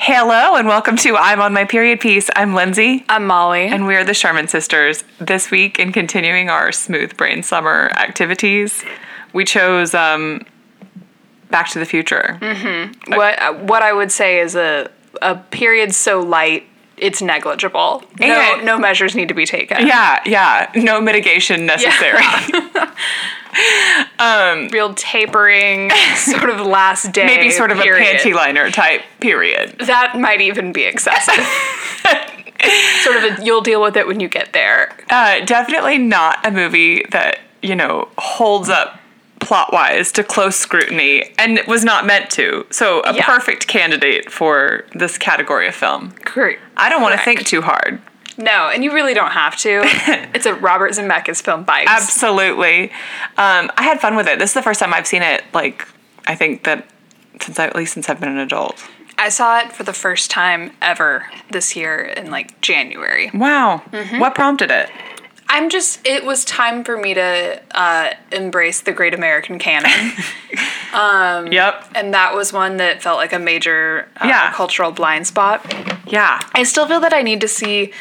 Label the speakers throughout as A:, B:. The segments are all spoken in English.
A: Hello and welcome to I'm on my period piece. I'm Lindsay
B: I'm Molly.
A: and we are the Sherman sisters. This week in continuing our smooth brain summer activities, we chose um Back to the Future.
B: Mm-hmm. what uh, what I would say is a a period so light it's negligible.
A: And-
B: no, no measures need to be taken.
A: Yeah, yeah, no mitigation necessary.
B: Real tapering, sort of last day.
A: Maybe sort of
B: period.
A: a panty liner type period.
B: That might even be excessive. sort of a you'll deal with it when you get there.
A: Uh definitely not a movie that, you know, holds up plot-wise to close scrutiny and was not meant to. So, a
B: Yeah.
A: perfect candidate for this category of film.
B: Great.
A: I don't want to
B: Correct.
A: think too hard.
B: No, and you really don't have to. it's a Robert Zemeckis film by
A: Absolutely. Um, I had fun with it. This is the first time I've seen it, like, I think that since I, at least since I've been an adult.
B: I saw it for the first time ever this year in like January.
A: Wow. What prompted it?
B: I'm just, it was time for me to uh, embrace the great American canon.
A: yep.
B: and that was one that felt like a major uh,
A: Yeah.
B: cultural blind spot.
A: Yeah.
B: I still feel that I need to see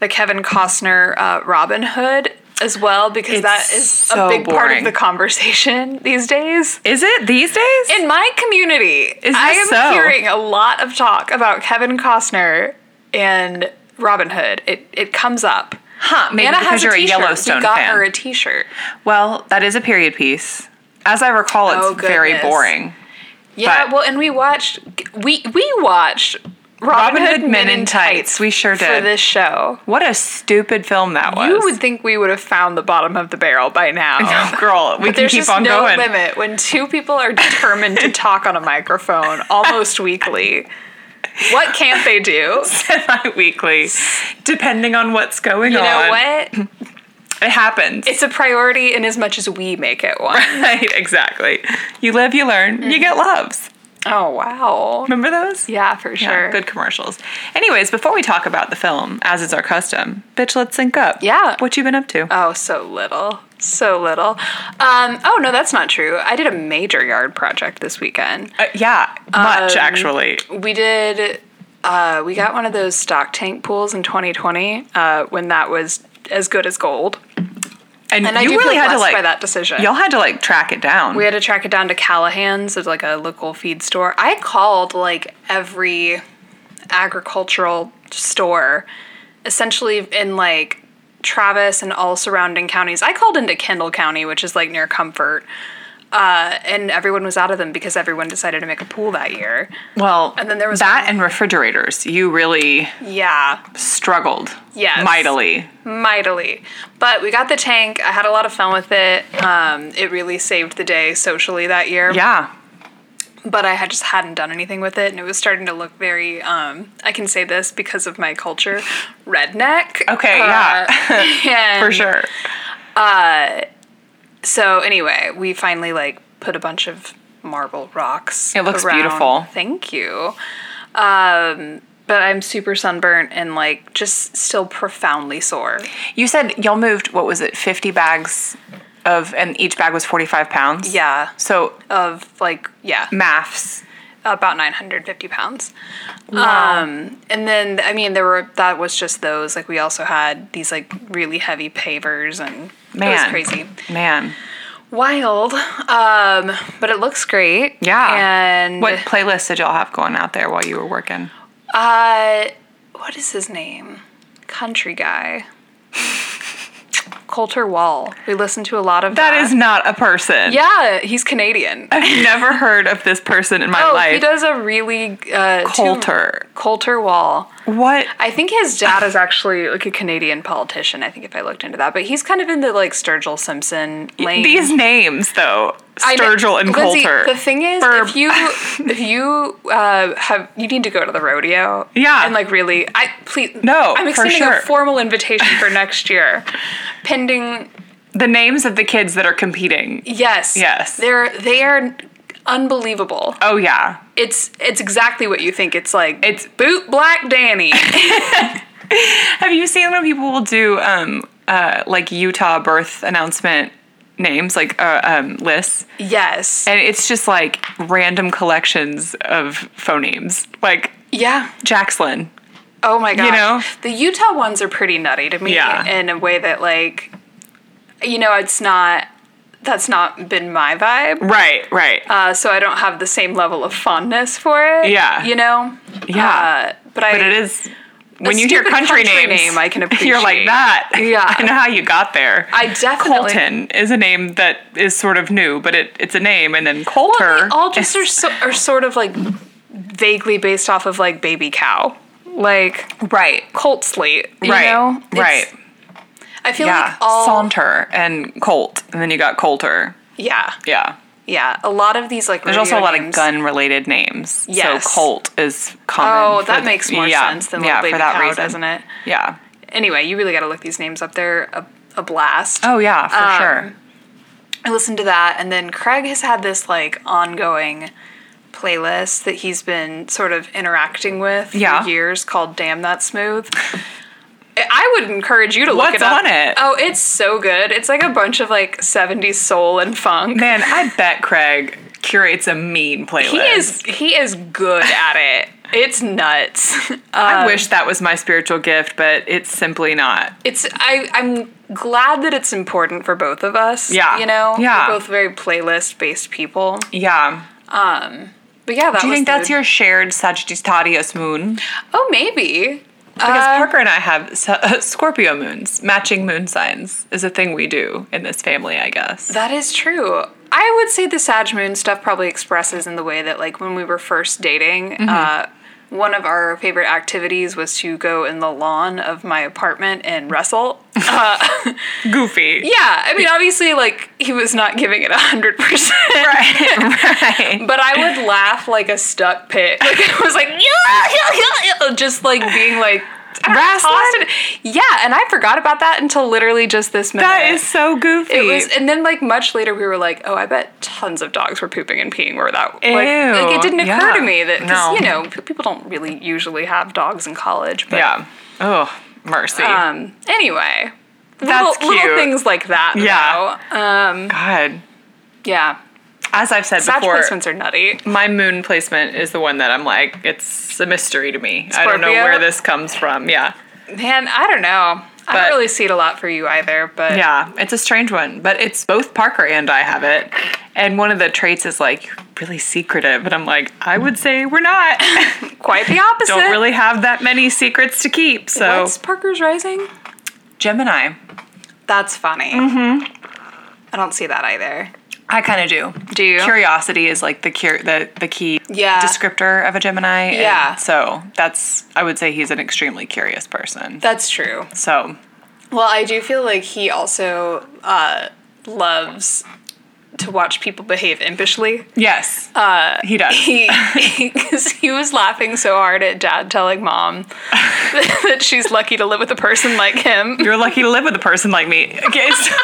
B: the Kevin Costner uh, Robin Hood as well because that is
A: so
B: a big part
A: boring.
B: of the conversation these days.
A: Is it these days?
B: In my community,
A: this
B: I am
A: so?
B: hearing a lot of talk about Kevin Costner and Robin Hood. It it comes up.
A: huh. Maybe
B: Anna
A: because
B: has a
A: you're a
B: t-shirt.
A: Yellowstone
B: we got
A: fan.
B: her a T-shirt.
A: well, that is a period piece. As I recall, it's
B: Oh,
A: very
B: goodness.
A: boring.
B: Yeah,
A: But-
B: well, and we watched we we watched Robin, Hood, Men in Tights.
A: We sure
B: for
A: did.
B: this show.
A: What a stupid film that was. Oh,
B: You would think we would have found the bottom of the barrel by now.
A: Girl, we can
B: But there's
A: keep
B: just
A: on
B: no
A: going.
B: limit when two people are determined to talk on a microphone almost weekly. What can't they do?
A: Weekly, depending on what's going
B: You
A: on.
B: know what?
A: It happens.
B: It's a priority in as much as we make it one.
A: Right, exactly. You live, you learn, you get loves.
B: Oh wow.
A: Remember those?
B: Yeah, for sure.
A: Good commercials. Anyways, before we talk about the film, as is our custom, bitch, let's sync up.
B: Yeah.
A: What you been up to?
B: Oh, so little. So little. Um, oh, no, that's not true. I did a major yard project this weekend.
A: Uh, yeah, much
B: Um,
A: actually.
B: We did, uh, we got one of those stock tank pools in 2020 uh, when that was as good as gold.
A: And, you
B: And I do
A: really
B: feel
A: had to
B: blessed
A: like
B: by that decision.
A: y'all had to like track it down.
B: We had to track it down to Callahan's, it's like a local feed store. I called like every agricultural store, essentially in like Travis and all surrounding counties. I called into Kendall County, which is like near Comfort. Uh, and everyone was out of them because everyone decided to make a pool that year.
A: well,
B: and then there was
A: that
B: one-
A: and refrigerators. You really
B: Yeah,
A: struggled.
B: Yes.
A: Mightily.
B: mightily. But we got the tank. I had a lot of fun with it. Um, it really saved the day socially that year.
A: Yeah.
B: but I had just hadn't done anything with it, and it was starting to look very. Um, I can say this because of my culture, redneck. Uh,
A: Okay, yeah.
B: yeah,
A: For sure.
B: So anyway, we finally like put a bunch of marble rocks.
A: It looks
B: around.
A: beautiful.
B: Thank you. Um, but I'm super sunburnt and like just still profoundly sore.
A: You said y'all moved what was it, fifty bags of and each bag was forty five pounds?
B: Yeah,
A: So
B: of like yeah,
A: maths.
B: about 950 pounds. Um, and then, I mean, there were, that was just those. Like, we also had these, like, really heavy pavers and
A: Man.
B: it was crazy.
A: Man.
B: Wild. Um, but it looks great.
A: Yeah.
B: And
A: What playlists did y'all have going out there while you were working?
B: Uh, what is his name? Country guy. Coulter Wall. We listened to a lot of
A: That
B: that.
A: is not a person.
B: yeah, he's Canadian.
A: I've never heard of this person in my
B: Oh,
A: life.
B: he does a really uh, two-
A: Coulter.
B: Coulter Wall.
A: What?
B: I think his dad is actually like a Canadian politician. I think if I looked into that, but he's kind of in the like Sturgill Simpson lane.
A: These names, though.
B: I know-
A: Sturgill and
B: Lindsay,
A: Coulter.
B: The thing is,
A: Burp.
B: if you if you uh, have you need to go to the rodeo,
A: Yeah.
B: and like really, I please
A: No,
B: I'm
A: for
B: extending
A: sure.
B: a formal invitation for next year, pending.
A: the names of the kids that are competing.
B: Yes,
A: Yes.
B: they're they are unbelievable.
A: Oh, yeah.
B: It's it's exactly what you think. It's like
A: It's-
B: boot black Danny.
A: Have you seen when people will do um, uh, like Utah birth announcement names, like uh, um, lists?
B: yes,
A: And it's just like random collections of phonemes. Like,
B: Yeah.
A: Jackslin.
B: Oh my gosh.
A: know?
B: The Utah ones are pretty nutty to me
A: Yeah.
B: in a way that like you know, it's not that's not been my vibe.
A: Right, right.
B: Uh, so I don't have the same level of fondness for it.
A: Yeah.
B: You know?
A: Yeah.
B: Uh, but I
A: but it is when you hear
B: stupid
A: country,
B: country
A: names,
B: name I can
A: You're like
B: appreciate.
A: that.
B: Yeah.
A: I know how you got there.
B: I definitely
A: Colton is a name that is sort of new, but it, it's a name, and then Coulter.
B: Well, they all just
A: is-
B: are, so, are sort of like vaguely based off of like baby cow, like
A: right,
B: Colt Slate, you
A: right,
B: know? It's-
A: right.
B: I feel
A: Yeah,
B: like all
A: Saunter and Colt, and then you got Coulter.
B: yeah,
A: Yeah,
B: yeah. A lot of these like
A: there's also a lot of gun-related names.
B: Yes.
A: so Colt is common.
B: Oh,
A: for
B: that
A: the-
B: makes more
A: yeah,
B: sense than
A: yeah,
B: little baby
A: for that
B: cow,
A: reason.
B: doesn't it?
A: Yeah.
B: Anyway, you really got to look these names up. They're a, a blast.
A: Oh yeah, for
B: Um,
A: sure.
B: I listened to that, and then Craig has had this like ongoing playlist that he's been sort of interacting with
A: Yeah.
B: for years called "Damn That Smooth." I- I would encourage you to look
A: What's
B: it up.
A: on it?
B: Oh, it's so good. It's like a bunch of like '70s soul and funk.
A: Man, I bet Craig curates a mean playlist.
B: he is he is good at it. It's nuts. Uh,
A: I wish that was my spiritual gift, but it's simply not.
B: It's I I'm glad that it's important for both of us.
A: Yeah.
B: you know,
A: Yeah.
B: we're both very playlist based people.
A: Yeah.
B: But yeah, that
A: Do you
B: was
A: think that's
B: the-
A: your shared Sagittarius moon?
B: oh maybe
A: Because
B: Uh,
A: Parker and I have s- uh, Scorpio moons. Matching moon signs is a thing we do in this family, I guess.
B: That is true. I would say the Sag Moon stuff probably expresses in the way that, like, when we were first dating,
A: Mm-hmm.
B: uh, one of our favorite activities was to go in the lawn of my apartment and wrestle. Uh,
A: Goofy.
B: Yeah, I mean, obviously, like, he was not giving it 100%.
A: Right. right.
B: But I would laugh like a stuck pig. Like, I was like, just like being like, I don't know,
A: Wrestling?
B: tossed in- Yeah, and I forgot about that until literally just this minute.
A: That is so goofy.
B: It was, and then like much later, we were like, "Oh, I bet tons of dogs were pooping and peeing where that." Like,
A: Ew,
B: like it didn't occur
A: yeah,
B: to me that 'cause, you
A: no.
B: know p- people don't really usually have dogs in college. But
A: yeah. Oh, mercy.
B: um, anyway,
A: That's
B: little, little
A: cute.
B: things like that.
A: Yeah.
B: though. um,
A: God.
B: yeah.
A: As I've said
B: Badge
A: before,
B: placements are nutty.
A: my moon placement is the one that I'm like, it's a mystery to me. I don't know
B: Scorpio?
A: where this comes from. Yeah.
B: Man, I don't know.
A: But-
B: I don't really see it a lot for you either, but
A: Yeah, it's a strange one, but it's both Parker and I have it. And one of the traits is like you're really secretive, and I'm like, I would say we're not.
B: quite the opposite.
A: Don't really have that many secrets to keep. So
B: What's Parker's Rising?
A: Gemini,
B: That's funny. Mm-hmm. I don't see that either.
A: I kind of do.
B: Do you?
A: Curiosity is like the cur- the the key
B: Yeah.
A: descriptor of a Gemini. and
B: Yeah.
A: so that's I would say he's an extremely curious person.
B: That's true.
A: So
B: Well, I do feel like he also uh, loves to watch people behave impishly.
A: yes, Uh, he does.
B: He, because he was laughing so hard at dad telling mom that she's lucky to live with a person like him.
A: You're lucky to live with a person like me. Okay, so-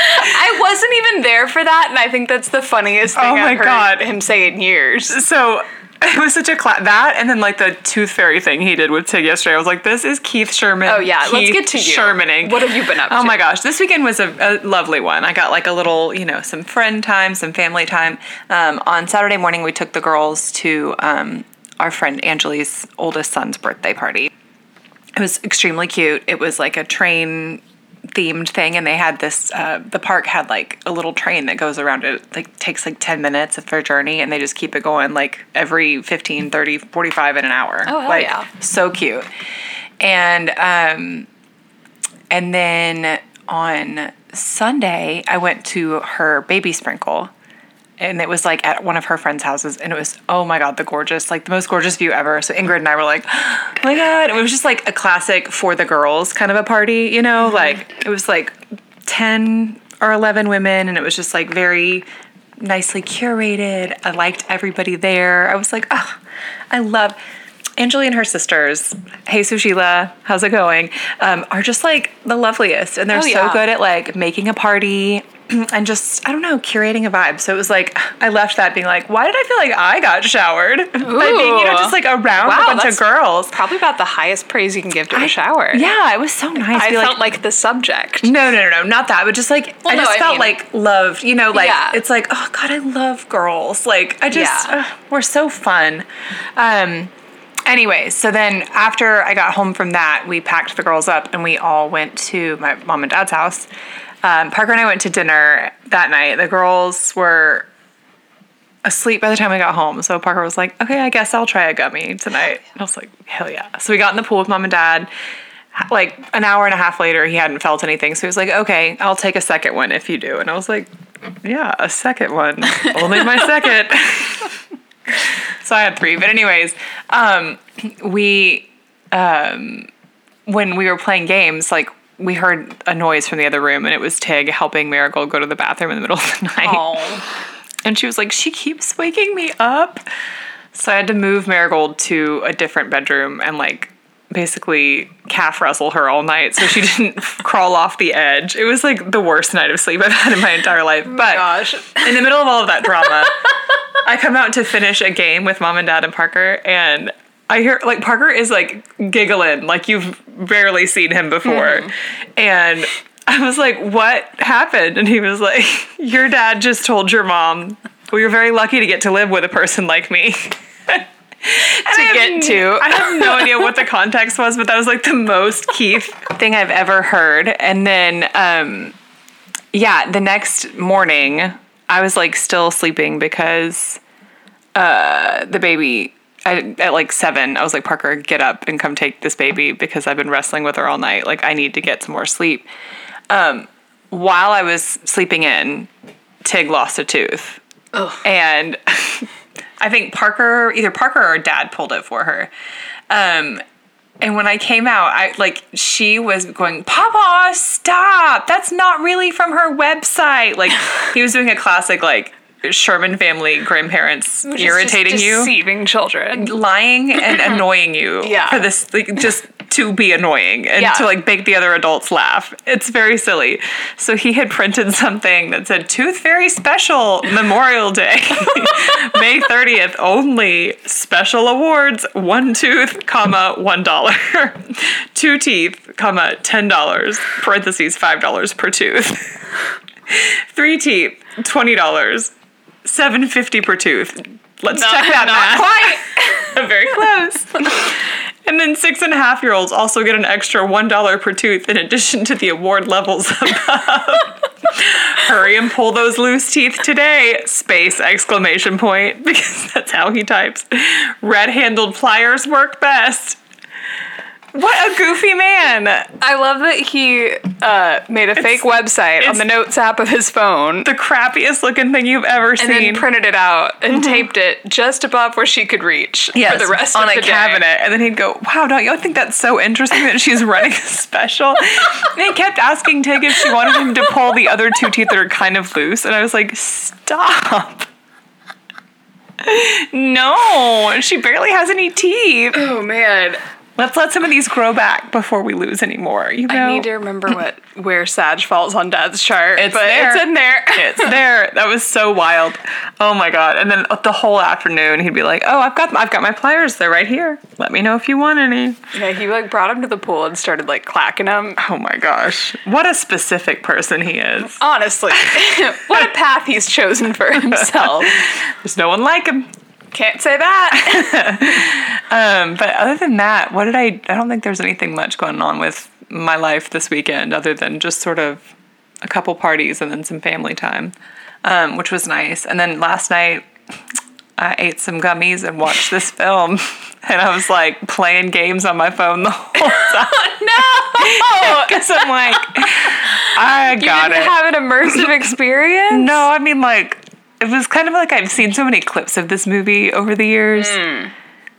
B: I wasn't even there for that, and I think that's the funniest thing
A: Oh my
B: I've heard
A: God.
B: him say in years.
A: So it was such a cla that, and then like the tooth fairy thing he did with Tig yesterday. I was like, this is Keith Sherman.
B: Oh yeah, let's
A: Keith
B: get to you.
A: Shermaning.
B: What have you been up
A: Oh
B: to?
A: my gosh, this weekend was a, a lovely one. I got like a little, you know, some friend time, some family time. Um, on Saturday morning, we took the girls to um, our friend Angeli's oldest son's birthday party. It was extremely cute. It was like a train themed thing, and they had this. Uh, the park had like a little train that goes around it. Like takes like ten minutes of their journey, and they just keep it going like every 15, 30, 45 in an hour.
B: Oh, hell
A: like,
B: yeah.
A: So cute, and um, and then on Sunday I went to her baby sprinkle and it was like at one of her friends' houses, and it was oh my god, the gorgeous, like the most gorgeous view ever. So Ingrid and I were like, oh my god, it was just like a classic for the girls kind of a party, you
B: Mm-hmm.
A: know, like it was like ten or eleven women, and it was just like very nicely curated. I liked everybody there. I was like, oh, I love. Angelie and her sisters, hey Sushila, how's it going? Um, are just like the loveliest, and they're
B: Oh,
A: so
B: yeah.
A: good at like making a party and just I don't know curating a vibe. So it was like I left that being like, why did I feel like I got showered by being you know
B: Ooh.
A: just like around
B: Wow,
A: a bunch
B: that's-
A: of girls?
B: Probably about the highest praise you can give to a shower.
A: Yeah, it was so nice.
B: I
A: to be
B: felt like, the subject.
A: no, no, no, no, not that, but just like I
B: no,
A: just
B: I
A: felt
B: mean-
A: like loved. You know, like
B: Yeah.
A: it's like oh god, I love girls. Like I just
B: Yeah.
A: ugh, we're so fun. Um, Anyways, so then after I got home from that, we packed the girls up and we all went to my mom and dad's house. Um, Parker and I went to dinner that night. The girls were asleep by the time I got home. So Parker was like, okay, I guess I'll try a gummy tonight. And I was like, hell yeah. So we got in the pool with mom and dad. Like an hour and a half later, he hadn't felt anything. So he was like, okay, I'll take a second one if you do. And I was like, yeah, a second one. Only my second. so I had three. But anyways, um, we um, when we were playing games, like we heard a noise from the other room, and it was Tig helping Marigold go to the bathroom in the middle of the night.
B: Oh,
A: And she was like, "She keeps waking me up," so I had to move Marigold to a different bedroom and like basically calf wrestle her all night so she didn't crawl off the edge. It was like the worst night of sleep I've had in my entire life. But
B: gosh.
A: in the middle of all of that drama, I come out to finish a game with mom and dad and Parker, and I hear like Parker is like giggling like you've barely seen him before,
B: Mm-hmm.
A: and I was like, "What happened?" And he was like, "Your dad just told your mom we were very lucky to get to live with a person like me." to
B: get to.
A: I have no idea what the context was, but that was like the most Keith thing I've ever heard. And then, um, yeah, the next morning, I was like still sleeping because uh, the baby. I, at like seven, I was like, Parker, get up and come take this baby because I've been wrestling with her all night. Like, I need to get some more sleep. Um, while I was sleeping in, Tig lost a tooth. And I think Parker, either Parker or dad pulled it for her. Um, and when I came out, I like she was going, Papa, stop. That's not really from her website. Like he was doing a classic like Sherman family grandparents
B: Which is just
A: irritating you
B: deceiving children.
A: lying and annoying you
B: Yeah.
A: for this like just to be annoying and
B: Yeah.
A: to like make the other adults laugh it's very silly so he had printed something that said tooth fairy special memorial day may 30th only special awards one tooth comma one dollar two teeth comma ten dollars parentheses five dollars per tooth three teeth twenty dollars 750 per tooth let's check that math
B: not quite.
A: very close. and then six and a half year olds also get an extra one dollar per tooth in addition to the award levels above. Hurry and pull those loose teeth today! Space exclamation point because that's how he types. Red handled pliers work best. What a goofy man!
B: I love that he uh, made a fake website on
A: it's-
B: the notes app of his phone
A: The crappiest looking thing you've ever
B: and
A: seen.
B: then printed it out and taped it just above where she could reach for the rest
A: Mm-hmm. on
B: of
A: a
B: the day.
A: cabinet. And then he'd go, "Wow, don't y'all think that's so interesting that she's running a special?" and he kept asking Tig if she wanted him to pull the other two teeth that are kind of loose, and I was like, "Stop." No, she barely has any teeth.
B: Oh man.
A: Let's let some of these grow back before we lose any more. You know,
B: I need to remember what where Sag falls on Dad's chart.
A: It's
B: but
A: there.
B: it's in there.
A: it's there. That was so wild. Oh my god! And then the whole afternoon, he'd be like, "Oh, I've got I've got my pliers. They're right here. Let me know if you want any."
B: yeah, he like brought him to the pool and started like clacking him.
A: Oh my gosh. What a specific person he is.
B: Honestly, what a path he's chosen for himself.
A: There's no one like him.
B: Can't say that.
A: Um, but other than that, what did I I don't think there's anything much going on with my life this weekend other than just sort of a couple parties and then some family time. Um, which was nice. And then last night I ate some gummies and watched this film and I was like playing games on my phone the whole time.
B: no,
A: Cause I'm like, I got
B: didn't
A: it.
B: have an immersive experience.
A: No, I mean like it was kind of like I've seen so many clips of this movie over the years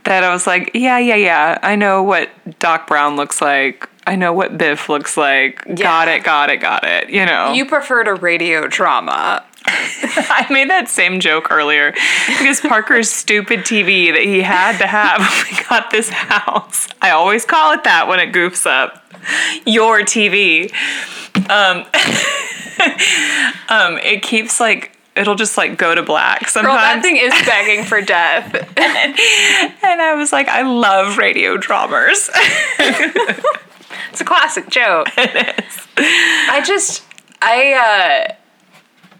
A: that I was like, yeah, yeah, yeah. I know what Doc Brown looks like. I know what Biff looks like. Got
B: Yeah.
A: it, got it, got it. You know.
B: You preferred a radio drama.
A: I made that same joke earlier because Parker's stupid TV that he had to have when we got this house. I always call it that when it goofs up. Your TV. Um, um, it keeps like it'll just like go to black
B: Girl,
A: sometimes.
B: that thing is begging for death.
A: and I was like, I love radio dramas.
B: It's a classic joke. It is. I just, I,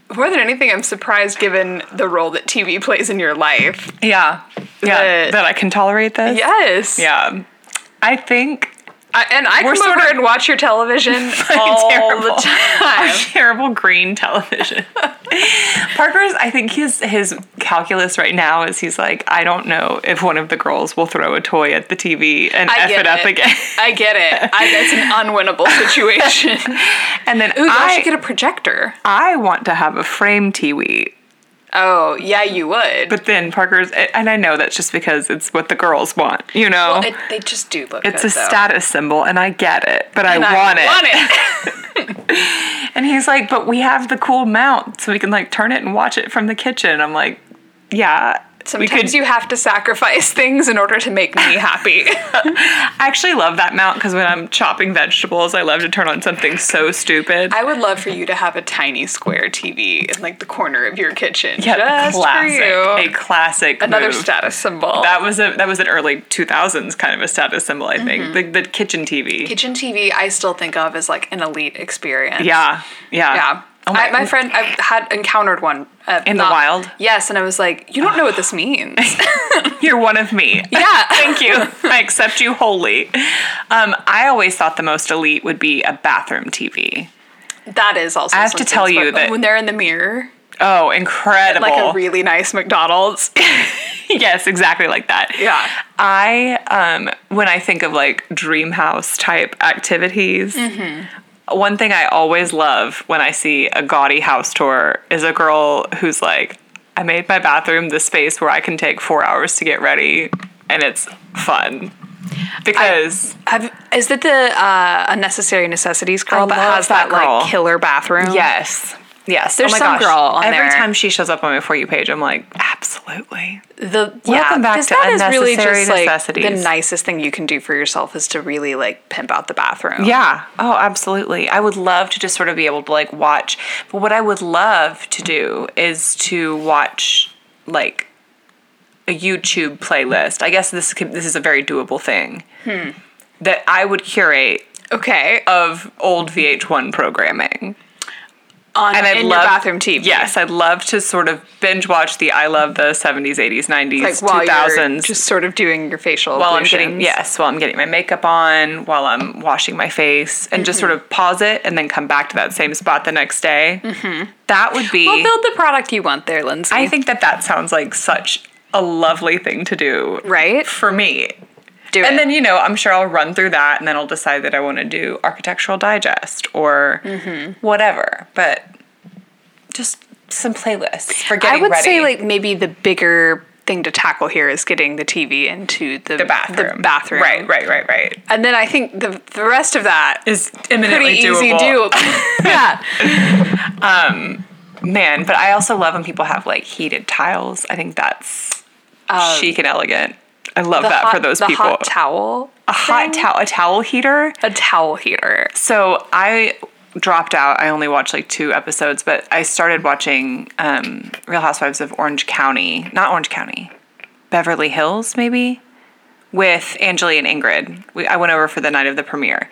B: uh, more than anything, I'm surprised given the role that TV plays in your life
A: yeah. Yeah,
B: that-
A: that I can tolerate this.
B: Yes.
A: Yeah. I think
B: I, and I
A: We're
B: come
A: sort
B: over
A: of-
B: and watch your television all
A: terrible.
B: the time.
A: terrible green television. Parker's I think his his calculus right now is he's like, I don't know if one of the girls will throw a toy at the TV and
B: I
A: F
B: get
A: it up
B: it.
A: again.
B: I get it. I, that's an unwinnable situation.
A: and then
B: Ooh, I
A: I,
B: should get a projector.
A: I want to have a frame TV.
B: Oh, yeah, you would.
A: But then Parker's and I know that's just because it's what the girls want, you know.
B: It- they just do look
A: it's
B: good,
A: a
B: though.
A: status symbol and I get it, but I,
B: And I
A: want, it.
B: want it.
A: And he's like, "But we have the cool mount so we can like turn it and watch it from the kitchen." I'm like, "Yeah, we
B: Sometimes
A: could
B: you have to sacrifice things in order to make me happy.
A: I actually love that mount because when I'm chopping vegetables, I love to turn on something so stupid.
B: I would love for you to have a tiny square TV in like the corner of your kitchen.
A: Yeah,
B: just
A: classic,
B: for you.
A: a classic
B: Another
A: move.
B: status symbol.
A: That was a that was an early 2000s kind of a status symbol, I think. The, the kitchen TV.
B: Mm-hmm. kitchen TV, I still think of as like an elite experience.
A: Yeah, yeah,
B: Yeah.
A: Oh
B: I, my friend, I had encountered one at
A: In the wild?
B: Yes, and I was like, "You don't know what this means."
A: You're one of me.
B: yeah,
A: Thank you. I accept you wholly. Um, I always thought the most elite would be a bathroom TV.
B: that is also.
A: have to
B: something
A: tell you
B: special.
A: that-
B: when they're in the mirror,
A: Oh, incredible!
B: like a really nice McDonald's.
A: yes, exactly like that.
B: Yeah.
A: I um when I think of like dream house type activities,
B: Mm-hmm.
A: one thing I always love when I see a gaudy house tour is a girl who's like, I made my bathroom the space where I can take four hours to get ready and it's fun. Because
B: Have, is that the uh, unnecessary necessities girl
A: I
B: that
A: love
B: has
A: that
B: that,
A: girl.
B: like killer bathroom?
A: yes. Yes.
B: There's
A: oh my
B: some
A: gosh.
B: girl on
A: Every
B: there.
A: time she shows up on my for you page, I'm like, absolutely.
B: The
A: Welcome back
B: 'cause
A: to
B: that is
A: unnecessary
B: like,
A: necessities.
B: the nicest thing you can do for yourself is to really like pimp out the bathroom.
A: Yeah. Oh, absolutely. I would love to just sort of be able to like watch. But what I would love to do is to watch like a YouTube playlist. I guess this could, this is a very doable thing
B: Hmm.
A: that I would curate
B: Okay.
A: of old VH1 programming.
B: On
A: And I'd
B: in
A: love
B: your bathroom TV.
A: Yes, I'd love to sort of binge watch the I love the 70s, 80s, 90s,
B: Like while you're
A: 2000s
B: just sort of doing your facial.
A: while I'm getting
B: ablutions.
A: yes, while I'm getting my makeup on, while I'm washing my face, and just
B: Mm-hmm.
A: sort of pause it and then come back to that same spot the next day. That would be.
B: Mm-hmm. Well, build the product you want there, Lindsay.
A: I think that that sounds like such a lovely thing to do,
B: Right?
A: For me.
B: Do
A: And
B: it.
A: then you know, I'm sure I'll run through that, and then I'll decide that I want to do Architectural Digest or
B: Mm-hmm.
A: whatever. But just some playlists for getting
B: I would
A: ready.
B: say like maybe the bigger thing to tackle here is getting the TV into the,
A: the bathroom,
B: The bathroom.
A: Right, right, right, right.
B: And then I think the the rest of that is
A: Is eminently
B: pretty easy
A: doable.
B: doable. yeah.
A: Man, but I also love when people have like heated tiles. I think that's chic and elegant. I love that for those
B: Um, the
A: people.
B: hot towel.
A: a hot towel, a towel heater.
B: A towel heater.
A: So I dropped out. I only watched like two episodes, but I started watching um, Real Housewives of Orange County, not Orange County, Beverly Hills, maybe, with Angeli and Ingrid. We, I went over for the night of the premiere,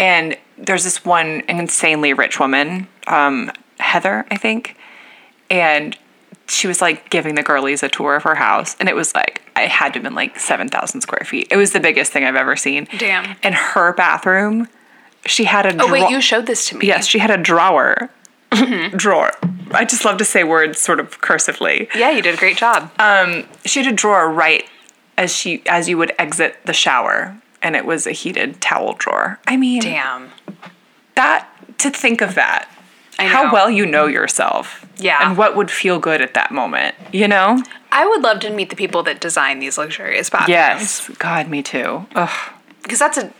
A: and there's this one insanely rich woman, um, Heather, I think, and she was like giving the girlies a tour of her house, and it was like. It had to have been like 7,000 square feet. It was the biggest thing I've ever seen.
B: Damn.
A: And her bathroom she had a
B: Oh wait,
A: draw-
B: you showed this to me.
A: yes, she had a drawer. drawer. I just love to say words sort of cursively.
B: Yeah, you did a great job.
A: She had a drawer right as she as you would exit the shower, and it was a heated towel drawer. I mean,
B: Damn.
A: that to think of that.
B: I know.
A: How well you know yourself.
B: Yeah.
A: And what would feel good at that moment, you know?
B: I would love to meet the people that design these luxurious bathrooms.
A: Yes. God, me too. Ugh.
B: Because that's a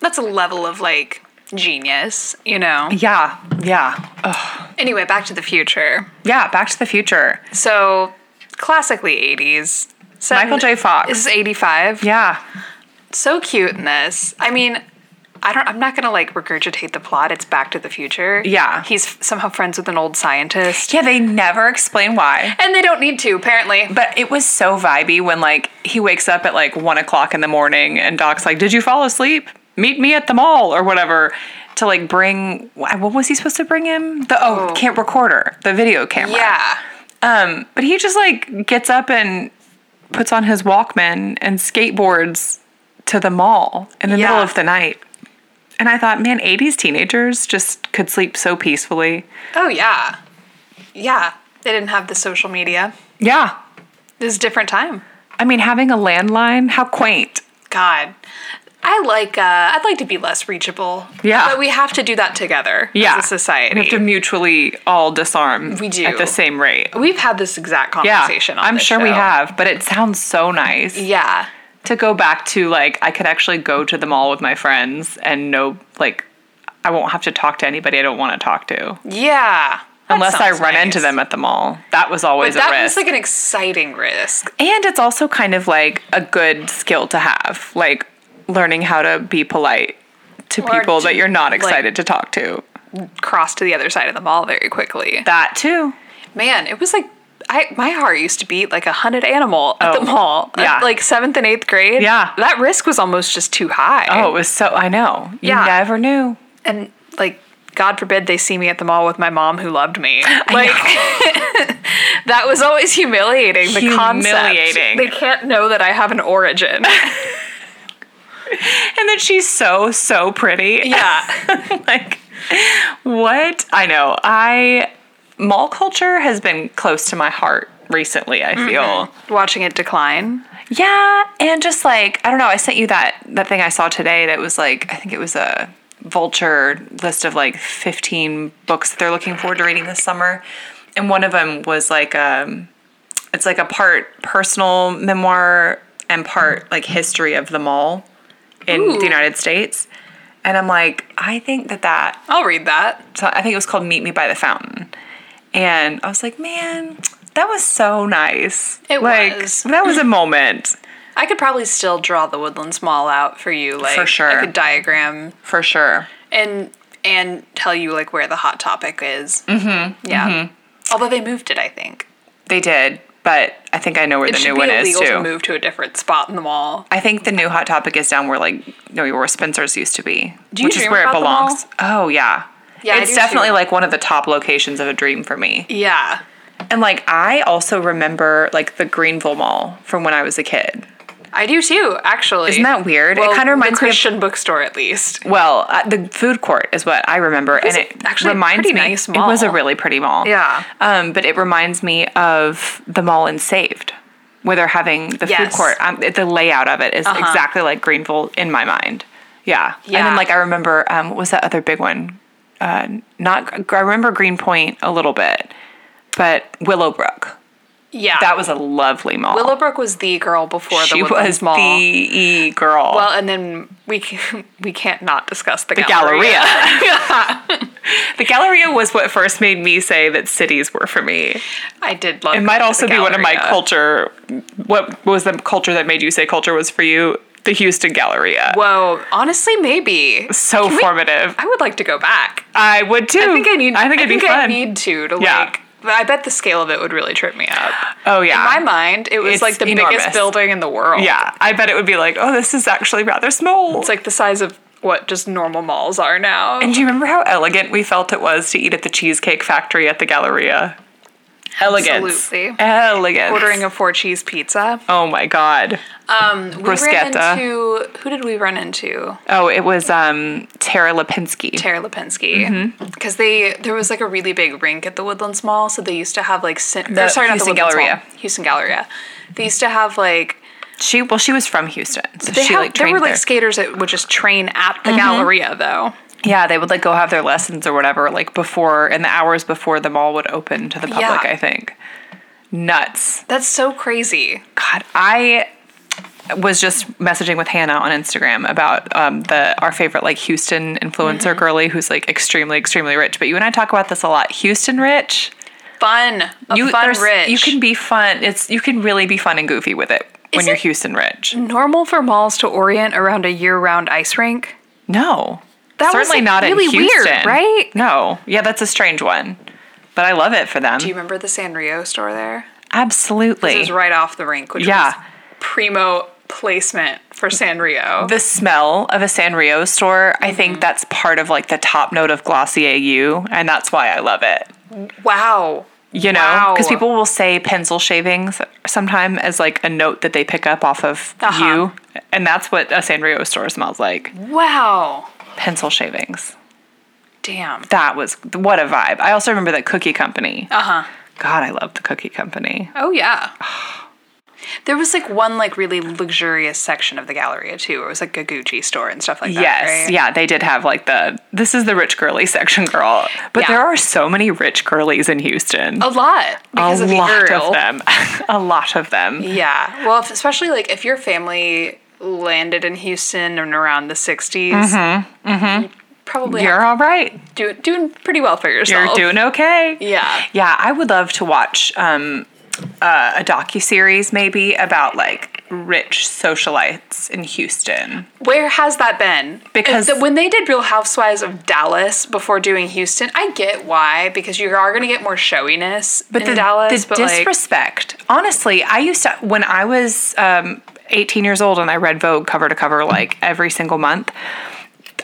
B: that's a level of like genius, you know.
A: Yeah. Yeah.
B: Anyway, back to the future.
A: Yeah. Back to the future.
B: So, classically 80s. So
A: Michael J. Fox.
B: This is 85.
A: Yeah.
B: So cute in this. I mean, I don't I'm not going to like regurgitate the plot. It's Back to the Future.
A: Yeah.
B: He's f- somehow friends with an old scientist.
A: Yeah, they never explain why.
B: And they don't need to, apparently.
A: But it was so vibey when like he wakes up at like one o'clock in the morning and Doc's like, "Did you fall asleep? Meet me at the mall or whatever." To like bring wh- what was he supposed to bring him? The oh, camp recorder, the video camera.
B: yeah.
A: Um, but he just like gets up and puts on his Walkman and skateboards to the mall in the middle
B: Yeah.
A: of the night. And I thought, man, 80s teenagers just could sleep so peacefully.
B: Oh yeah, yeah. They didn't have the social media.
A: Yeah.
B: It was a different time.
A: I mean, having a landline, how quaint.
B: God, I like. Uh, I'd like to be less reachable.
A: Yeah.
B: but we have to do that together.
A: Yeah.
B: as a society.
A: We have to mutually all disarm
B: We do.
A: at the same rate.
B: We've had this exact
A: Yeah.
B: conversation. on
A: I'm
B: this
A: sure we
B: show.
A: have, but it sounds so nice.
B: Yeah,
A: to go back to like I could actually go to the mall with my friends and no like I won't have to talk to anybody I don't want to talk to
B: yeah. That
A: unless I
B: sounds
A: run
B: nice.
A: into them at the mall. That was always
B: But that
A: a
B: was
A: risk.
B: like an exciting risk.
A: and it's also kind of like a good skill to have, like learning how to be polite to
B: Or
A: people
B: to,
A: that you're not
B: like-
A: excited to talk to.
B: Cross to the other side of the mall very quickly.
A: That too.
B: Man, it was like I my heart used to beat like a hunted animal at
A: Oh,
B: the mall. at,
A: yeah.
B: like seventh and eighth grade.
A: Yeah.
B: that risk was almost just too high.
A: Oh, it was so I know. You
B: Yeah.
A: never knew.
B: and like god forbid they see me at the mall with my mom who loved me like that was always humiliating the
A: Humiliating.
B: concept they can't know that i have an origin
A: And then she's so so pretty.
B: yeah
A: like what i know i mall culture has been close to my heart recently i feel
B: watching it decline
A: yeah and just like i don't know i sent you that that thing i saw today that was like i think it was a vulture list of like 15 books that they're looking forward to reading this summer and one of them was like um it's like a part personal memoir and part like history of the mall in
B: Ooh.
A: the united states and i'm like i think that that
B: i'll read that
A: so I think it was called Meet Me by the Fountain. And I was like, man, that was so nice.
B: It
A: like,
B: was.
A: That was a moment
B: i could probably still draw the woodlands mall out for you like
A: For sure.
B: i could diagram
A: for sure.
B: and and tell you like where the hot topic is mm-hmm yeah
A: Mm-hmm.
B: although they moved it i think
A: They did, but I think I know where
B: it
A: the
B: should
A: new
B: be
A: one is
B: illegal to
A: too.
B: move to a different spot in the mall
A: I think the new hot topic is down where like no, where Spencer's used to be,
B: Do you
A: which is
B: dream
A: where it
B: about the mall?
A: belongs. Oh yeah.
B: Yeah, I
A: it's
B: do,
A: definitely
B: too.
A: like one of the top locations of a dream for me.
B: yeah
A: And like I also remember like the Greenville Mall from when I was a kid.
B: I do too, actually.
A: Isn't that weird? It
B: Well,
A: kinda reminds
B: the
A: me of-
B: Christian bookstore, at least.
A: Well, uh, the food court is what I remember, and it
B: actually a
A: reminds
B: pretty
A: me.
B: nice
A: It was a
B: mall.
A: really pretty mall.
B: Yeah.
A: Um, but it reminds me of the mall in Saved, where they're having the food
B: Yes. Uh-huh.
A: court. Um, the layout of it is exactly like Greenville in my mind. Yeah. And
B: Yeah.
A: then like I remember, um, what was that other big one? Uh, not I remember Greenpoint a little bit, but Willowbrook.
B: Yeah,
A: That was a lovely mall.
B: Willowbrook was the girl before
A: she
B: the Woodlands
A: was
B: Mall.
A: the e girl.
B: well, and then we can, we can't not discuss the,
A: Galleria. the Galleria was what first made me say that cities were for me.
B: I did love.
A: It might
B: the
A: also be one of my
B: Galleria.
A: culture. What was the culture that made you say culture was for you? The Houston Galleria.
B: Whoa, honestly, maybe.
A: so
B: Can we-
A: formative.
B: I would like to go back.
A: I would too.
B: I think I need.
A: I think it'd be fun.
B: I need to to
A: Yeah.
B: like. I bet the scale of it would really trip me up.
A: oh yeah.
B: In my mind, it was
A: It's
B: like the
A: enormous.
B: biggest building in the world.
A: yeah, I bet it would be like, oh, this is actually rather small.
B: it's like the size of what just normal malls are now.
A: and do you remember how elegant we felt it was to eat at the Cheesecake Factory at the Galleria? Elegance.
B: Absolutely.
A: Elegance.
B: ordering a four cheese pizza.
A: Oh my god.
B: We
A: Bruschetta.
B: ran into who did we run into?
A: Oh, it was um, Tara Lipinski.
B: Tara Lipinski.
A: Mm-hmm.
B: Because they there was like a really big rink at the Woodlands Mall, so they used to have like cin-
A: The
B: or, sorry, not the
A: Houston
B: Woodlands
A: Galleria.
B: Mall, Houston Galleria. They used to have like
A: she well, she was from Houston, so
B: they
A: she
B: had-
A: like
B: there
A: trained
B: were like
A: there. Mm-hmm.
B: skaters that would just train at the Galleria though.
A: yeah, they would like go have their lessons or whatever, like before in the hours before the mall would open to the public.
B: Yeah.
A: I think nuts.
B: That's so crazy.
A: God, I was just messaging with Hannah on Instagram about um, the our favorite like Houston influencer
B: Mm-hmm.
A: girly who's like extremely extremely rich. But you and I talk about this a lot. Houston rich,
B: Fun, a
A: you
B: fun
A: there's-
B: rich.
A: You can be fun. It's you can really be fun and goofy with it when
B: Is
A: you're
B: it-
A: Houston rich.
B: normal for malls to orient around a year-round ice rink.
A: No.
B: That was,
A: Certainly
B: like,
A: not
B: really
A: in
B: weird,
A: Houston.
B: right?
A: No. Yeah, that's a strange one. But I love it for them.
B: Do you remember the Sanrio store there? It
A: Absolutely.
B: was right off the rink, which
A: Eh. Yeah.
B: was primo placement for Sanrio.
A: The smell of a Sanrio store, I
B: Mm-hmm.
A: think that's part of like the top note of Glossier U, and that's why I love it.
B: Wow.
A: you know because
B: Wow.
A: people will say pencil shavings sometime as like a note that they pick up off of
B: Uh-huh.
A: you and that's what a sanrio store smells like
B: Wow.
A: pencil shavings
B: Damn.
A: that was what a vibe i also remember that cookie company
B: Uh huh.
A: god i love the cookie company
B: Oh yeah. There was like one like really luxurious section of the Galleria too, where it was like a Gucci store and stuff like that.
A: Yes,
B: right?
A: yeah, they did have like the this is the rich girly section, girl. But
B: Yeah.
A: there are so many rich girlies in Houston.
B: A lot because
A: a
B: of the
A: lot
B: Earl.
A: of them. a lot of them.
B: Yeah. Well, if, especially like if your family landed in Houston and around the 60s, you probably have
A: Mm-hmm. You're all right.
B: do, doing pretty well for yourself.
A: You're doing okay.
B: Oh. Yeah.
A: Yeah, I would love to watch um, uh, a docu series maybe about like rich socialites in Houston.
B: Where has that been?
A: Because-
B: If the- when they did Real Housewives of Dallas before doing Houston, I get why because you are going to get more showiness but in
A: the,
B: Dallas.
A: the
B: but like,
A: disrespect. Honestly, I used to when I was um, 18 years old and I read Vogue cover to cover like every single month.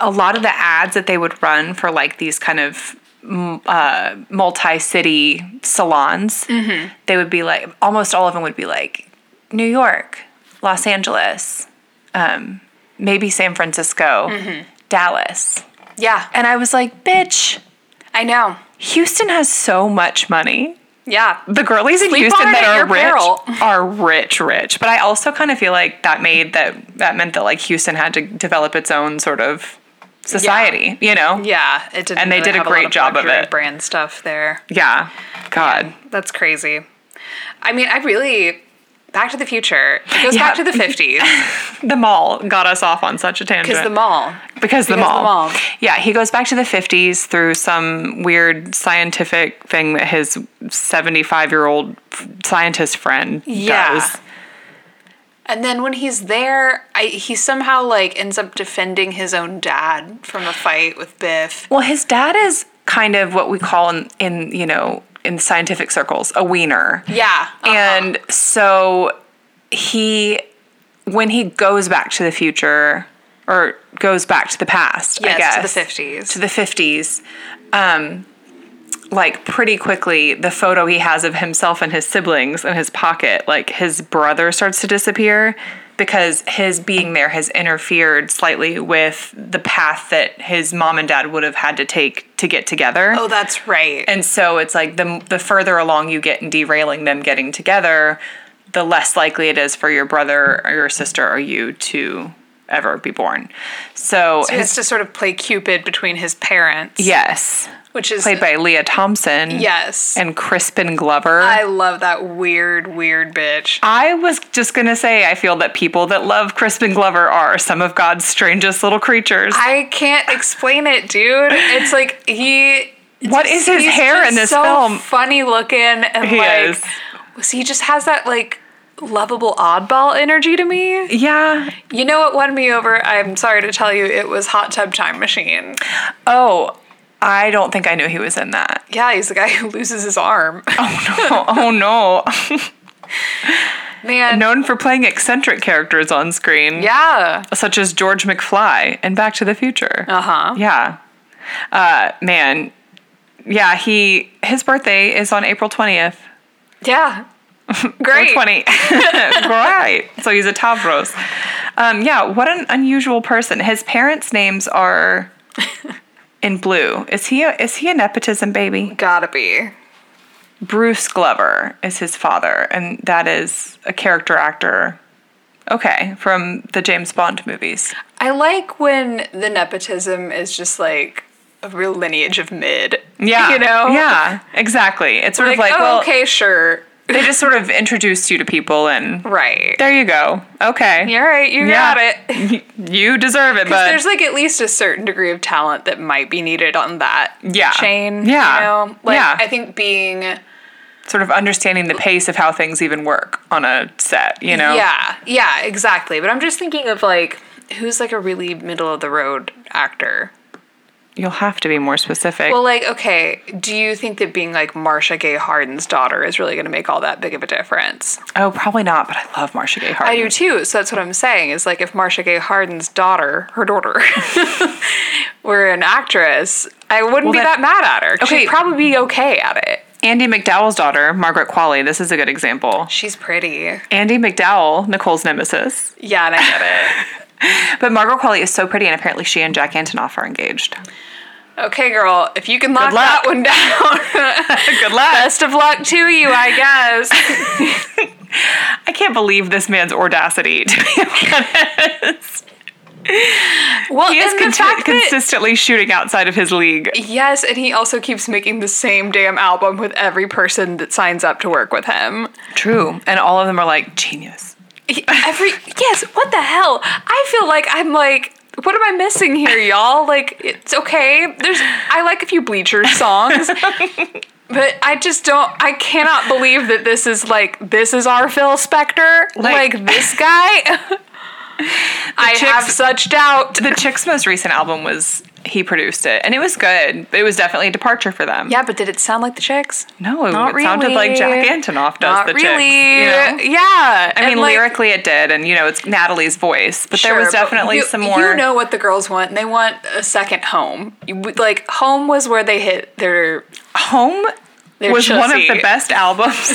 A: A lot of the ads that they would run for like these kind of m- uh, multi-city salons,
B: Mm-hmm.
A: they would be like almost all of them would be like New York, Los Angeles, um, maybe San Francisco,
B: Mm-hmm.
A: Dallas,
B: yeah,
A: and I was like, bitch.
B: I know.
A: Houston has so much money
B: Yeah.
A: the girlies in
B: Sleep
A: Houston
B: on it
A: that
B: at
A: are
B: your
A: rich
B: peril.
A: are rich, rich. But I also kind of feel like that made that that meant that like Houston had to develop its own sort of society, you know?
B: Yeah. It did
A: And they did a great job of it.
B: Brand stuff there.
A: Yeah. God.
B: That's crazy. I mean, I really. Back to the Future. It goes back to
A: Yeah.
B: the 50s.
A: The mall got us off on such a tangent.
B: Because the mall.
A: Because the
B: because
A: mall.
B: the mall.
A: Yeah, he goes back to the 50s through some weird scientific thing that his 75 year old scientist friend
B: Yeah.
A: does.
B: And then when he's there, I, he somehow like ends up defending his own dad from a fight with Biff.
A: Well, his dad is kind of what we call in, in you know, in scientific circles, a wiener.
B: Yeah. Uh,
A: And so he, when he goes back to the future, or goes back to the past, I
B: yes,
A: guess,
B: to the fifties.
A: to the 50s, um, like pretty quickly, the photo he has of himself and his siblings in his pocket, like his brother starts to disappear because his being there has interfered slightly with the path that his mom and dad would have had to take to get together.
B: Oh, that's right.
A: And so it's like the the further along you get in derailing them getting together, the less likely it is for your brother or your sister or you to ever be born. So,
B: he
A: his,
B: has to sort of play Cupid between his parents.
A: yes,
B: Which is
A: played by Leah Thompson
B: yes.
A: and Crispin Glover. I,
B: I love that weird, weird bitch.
A: was just gonna say I feel that people that love Crispin Glover are some of God's strangest little creatures.
B: I can't explain it, dude. It's like he.
A: what is his
B: he's
A: hair
B: just
A: in this
B: so
A: film?
B: Funny looking and
A: He
B: like,
A: is.
B: so he just has that like lovable oddball energy to me.
A: Yeah.
B: You know what won me over? I'm sorry to tell you, it was Hot Tub Time Machine.
A: Oh, I don't think I knew he was in that.
B: Yeah, he's the guy who loses his arm.
A: Oh, oh no.
B: Man.
A: known for playing eccentric characters on screen,
B: Yeah.
A: such as George McFly and Back to the Future.
B: Uh huh.
A: Yeah, uh, man, yeah. He his birthday is on April twentieth.
B: Yeah. Great.
A: Twenty, right? So he's a Tavros. Um, yeah, what an unusual person. His parents' names are in blue. Is he a, is he a nepotism baby?
B: Gotta be.
A: Bruce Glover is his father, and that is a character actor. Okay, from the James Bond movies.
B: I like when the nepotism is just like a real lineage of mid.
A: Yeah.
B: You know?
A: Yeah, exactly. It's sort
B: Like,
A: of like,
B: oh,
A: well,
B: okay, sure.
A: they just sort of introduced you to people and
B: Right.
A: there you go. Okay.
B: All right, you
A: Yeah.
B: got it.
A: You deserve it, but
B: There's like at least a certain degree of talent that might be needed on that
A: Yeah.
B: chain.
A: Yeah.
B: You know? Like,
A: Yeah.
B: I think being.
A: sort of understanding the pace of how things even work on a set, you know?
B: Yeah, yeah, exactly. But I'm just thinking of like who's like a really middle of the road actor.
A: You'll have to be more specific.
B: Well, like, okay, do you think that being like Marsha Gay Harden's daughter is really going to make all that big of a difference?
A: oh, probably not, but I love Marcia Gay Harden.
B: I do too. So that's what I'm saying is like if Marsha Gay Harden's daughter, her daughter, were an actress, I wouldn't be
A: then-
B: that mad at her.
A: Okay.
B: She'd probably be okay at it.
A: Andy McDowell's daughter, Margaret Qualley, this is a good example.
B: She's pretty.
A: Andy McDowell, Nicole's nemesis.
B: Yeah, and I get it.
A: But Margaret Qualley is so pretty, and apparently she and Jack Antonoff are engaged.
B: Okay, girl, if you can lock that
A: luck.
B: one down,
A: Good luck.
B: best of luck to you, I guess.
A: I can't believe this man's audacity to be
B: Well,
A: he is
B: and the
A: conti-
B: fact that
A: consistently shooting outside of his league.
B: Yes, and he also keeps making the same damn album with every person that signs up to work with him.
A: True. And all of them are like, genius.
B: He- Every yes, what the hell? I feel like I'm like, what am I missing here, y'all? Like it's okay. There's I like a few Bleachers songs, but I just don't. I cannot believe that this is like this is our Phil Spector, like,
A: Like-
B: this guy. I have
A: chicks-
B: such doubt.
A: The Chick's most recent album was, he produced it, and it was good. It was definitely a departure for them.
B: Yeah, but did it sound like the Chicks?
A: No, it
B: Not
A: sounded like Jack
B: really.
A: Antonoff does
B: Not
A: the Chicks.
B: really.
A: you know?
B: Yeah,
A: I mean, lyrically it did, and you know, it's Natalie's voice, but there was
B: Sure, but
A: definitely
B: you-
A: some more.
B: You know what the girls want? They want a second home. You would- Like home was where they hit their.
A: Home
B: They're
A: was one of
B: chussy.
A: the best albums.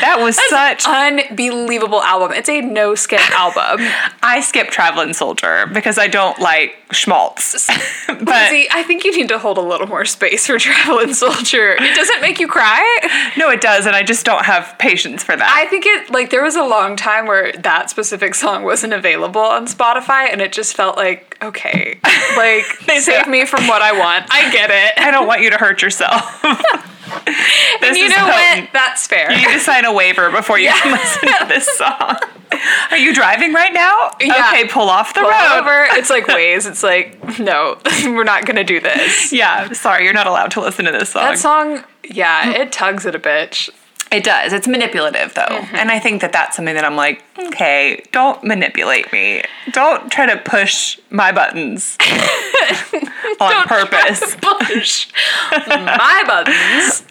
A: that was such.
B: Unbelievable album. It's a no skip album.
A: I skip Traveling Soldier because I don't like schmaltz. but
B: See, I think you need to hold a little more space for Traveling Soldier. It doesn't make you cry.
A: no, it does, and I just don't have patience for that.
B: I think it, like, there was a long time where that specific song wasn't available on Spotify, and it just felt like, okay, like,
A: They
B: save me from what I want. I get it.
A: I, don't want you to hurt yourself. this
B: you
A: is
B: know
A: potent.
B: what? That's fair.
A: You need to sign a waiver before you can listen to this song. Are you driving right now?
B: Yeah.
A: Okay, pull off the
B: All
A: road.
B: over. It's like ways. It's like, no, we're not gonna do this.
A: Yeah, sorry, you're not allowed to listen to this song.
B: That song, hmm. yeah, it tugs at a bitch.
A: It does. It's manipulative, though.
B: Mm-hmm.
A: And I think that that's something that I'm like, okay, don't manipulate me. Don't try to push my buttons on purpose.
B: Push my buttons.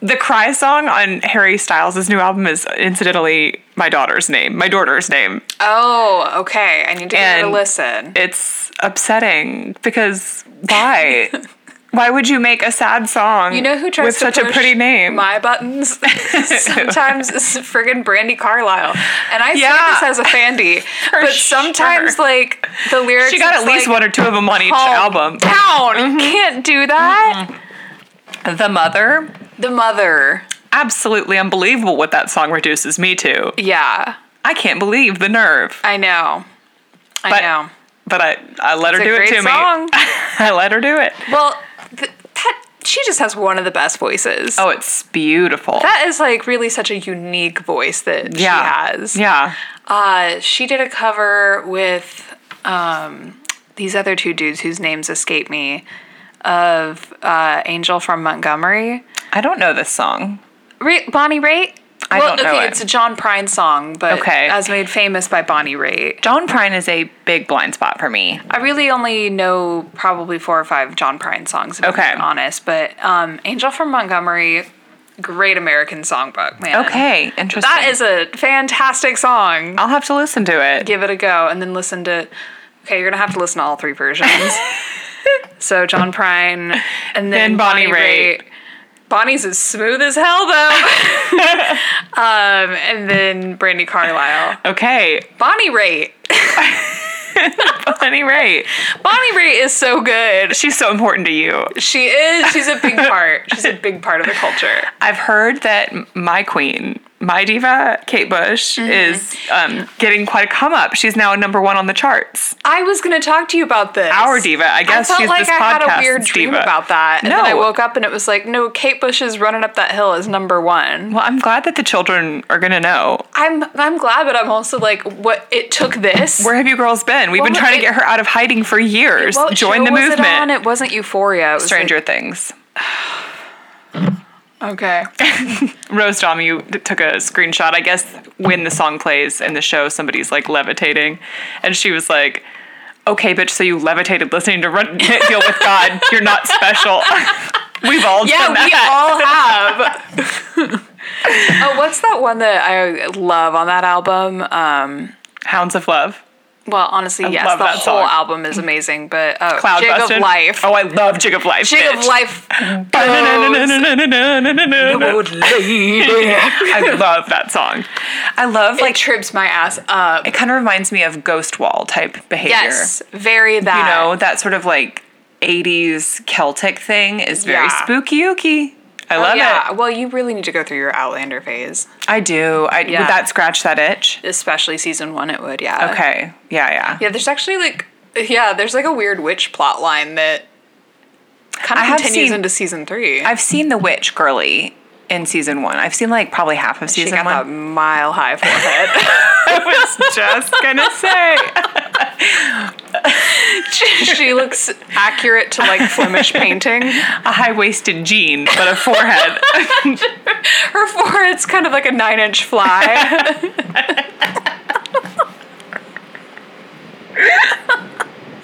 A: The cry song on Harry Styles' new album is incidentally my daughter's name, my daughter's name.
B: Oh, okay. I need to give it a
A: And-
B: listen.
A: It's upsetting because why? why would you make a sad song
B: You know who tries
A: with
B: to
A: such
B: push
A: a pretty name?
B: My buttons. sometimes it's friggin' Brandy Carlisle, and I
A: Yeah.
B: say this as a fandy, but
A: sure.
B: sometimes like the lyrics.
A: she got
B: it's
A: at least
B: like,
A: one or two of them on each
B: calm
A: album. Mm-hmm.
B: Down. You can't do that.
A: The Mother,
B: The mother.
A: absolutely unbelievable what that song reduces me to.
B: Yeah,
A: I can't believe the nerve.
B: I know. I
A: But-
B: know.
A: But I, I let her
B: It's a
A: do it
B: great
A: to
B: song.
A: me. I let her do it.
B: Well, th- that she just has one of the best voices.
A: Oh, it's beautiful.
B: That is like really such a unique voice that
A: yeah.
B: she has.
A: Yeah.
B: Uh, she did a cover with um, these other two dudes whose names escape me of uh, Angel from Montgomery.
A: I don't know this song.
B: Ra- Bonnie Raitt?
A: I
B: well,
A: don't know
B: okay,
A: it.
B: it's a John Prine song, but
A: Okay.
B: as made famous by Bonnie Raitt.
A: John Prine is a big blind spot for me.
B: I really only know probably four or five John Prine songs, if I'm
A: Okay.
B: being honest. But um, Angel from Montgomery, great American songbook, man.
A: Okay, interesting.
B: That is a fantastic song.
A: I'll have to listen to it.
B: Give it a go and then listen to. Okay, you're gonna have to listen to all three versions. so John Prine and then
A: And Bonnie
B: Bonnie Raitt.
A: Raitt.
B: Bonnie's as smooth as hell though. um, and then Brandy Carlisle.
A: Okay.
B: Bonnie Raitt.
A: At any rate,
B: Bonnie Raitt is so good.
A: she's so important to you.
B: She is. She's a big part. She's a big part of the culture.
A: I've heard that my queen, my diva, Kate Bush,
B: Mm-hmm.
A: is um, getting quite a come up. She's now number one on the charts.
B: I was going to talk to you about this.
A: Our diva, I
B: I
A: guess
B: felt
A: she's
B: like
A: this
B: I had a
A: podcast's
B: weird dream
A: diva.
B: about that. And then I
A: No.
B: woke up and it was like, no, Kate Bush's running up that hill is number one.
A: Well, I'm glad that the children are gonna know.
B: I'm I'm glad, but I'm also like, what it took this.
A: Where have you girls been? We've
B: Well,
A: been trying
B: it-
A: to get her out of hiding for years.
B: What show
A: Join the
B: was It, on?
A: movement.
B: it wasn't Euphoria. It was
A: Stranger Things.
B: Like, okay.
A: Rose Dom, you t- took a screenshot, I guess, when the song plays in the show, somebody's like levitating. And she was like, Okay, bitch, so you levitated listening to Run Deal with God. You're not special. We've all
B: Yeah,
A: done that.
B: we all have. oh, what's that one that I love on that album? Um,
A: Hounds of Love.
B: Well, honestly, yes,
A: love
B: the
A: that
B: whole
A: song.
B: album is amazing, but uh,
A: Cloud
B: Jig
A: Busted.
B: of Life.
A: Oh, I love Jig of Life.
B: Jig
A: bitch.
B: of Life. goes-
A: I
B: Old lady.
A: love that song. I love
B: Like
A: like
B: trips my ass up.
A: it kind of reminds me of ghost wall type behavior.
B: Yes, very
A: You
B: that.
A: know, that sort of like 80s Celtic thing is very
B: Yeah. Oh,
A: spooky ooky. I love
B: yeah.
A: it.
B: Well, you really need to go through your Outlander phase,
A: I do. I
B: Yeah.
A: would that scratch that itch.
B: especially season one. It would, yeah.
A: Okay. Yeah, yeah.
B: Yeah, there's actually like, yeah, there's like a weird witch plot line that kind
A: I
B: of
A: have
B: continues
A: seen-
B: into season three.
A: I've seen the witch girly in season one. I've seen like probably half of
B: she
A: season
B: got
A: one.
B: that mile high forehead.
A: I was just gonna say.
B: she, she looks accurate to like Flemish painting.
A: A high waisted jean, but a forehead.
B: Her forehead's kind of like a nine inch fly.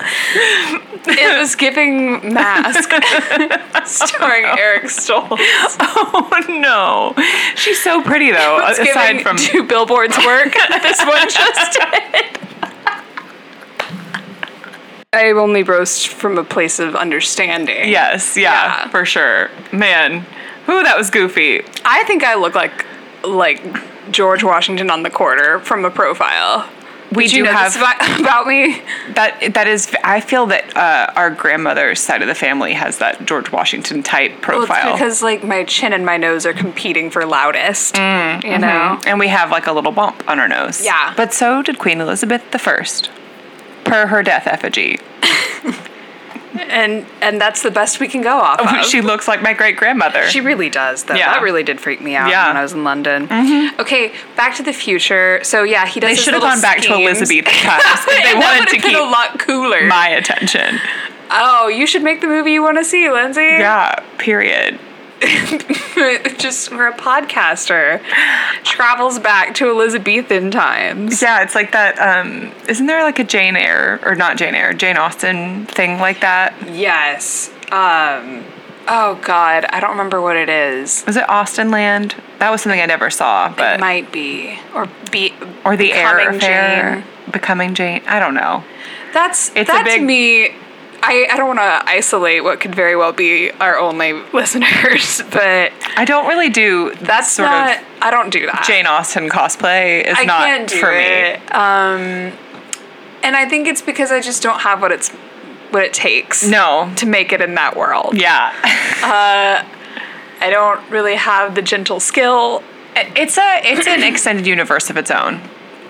B: it was giving mask starring Eric Stoll.
A: oh no. She's so pretty though, aside
B: Giving
A: from
B: two billboards work. This one just did. I only roast from a place of understanding.
A: Yes, yeah,
B: Yeah.
A: for sure. Man. Ooh, that was goofy.
B: I think I look like like George Washington on the quarter from a profile.
A: We
B: Did
A: do
B: you know
A: have
B: this about, about me?
A: that. That is, I feel that uh, our grandmother's side of the family has that George Washington type
B: Well, it's
A: profile,
B: because like my chin and my nose are competing for loudest. you know.
A: and we have like a little bump on our nose.
B: Yeah.
A: but so did Queen Elizabeth I, per her death effigy.
B: And and that's the best we can go off of.
A: she looks like my great grandmother.
B: She really does, though.
A: Yeah.
B: That really did freak me out
A: Yeah. Mm-hmm.
B: when I was in London. Okay, Back to the Future. So yeah, he does.
A: They
B: his
A: should have
B: little
A: gone back to
B: schemes.
A: Elizabeth times if they
B: And that
A: wanted
B: would've
A: to
B: been
A: keep
B: a lot cooler.
A: my attention.
B: oh, you should make the movie you want to see, Lindsay.
A: Yeah, period.
B: just for a podcaster travels back to Elizabethan times.
A: Yeah, it's like that. Um, isn't there like a Jane Eyre or not Jane Eyre, Jane Austen thing like that?
B: Yes. Um oh god, I don't remember what it is.
A: Was it Austin Land? That was something I never saw, but
B: Might be or be
A: or the Air
B: Becoming
A: Affair, becoming Jane. I don't know.
B: That's
A: It's a
B: that
A: big-
B: to me I, I don't want to isolate what could very well be our only listeners, but
A: I don't really do
B: that's
A: sort
B: not.
A: of
B: I don't do that.
A: Jane Austen cosplay. Is
B: I
A: not
B: can't do
A: for
B: it. Um, and I think it's because I just don't have what it's what it takes.
A: me. No.
B: to make it in that world.
A: Yeah.
B: I don't really have the gentle skill.
A: It's a it's an extended universe of its own,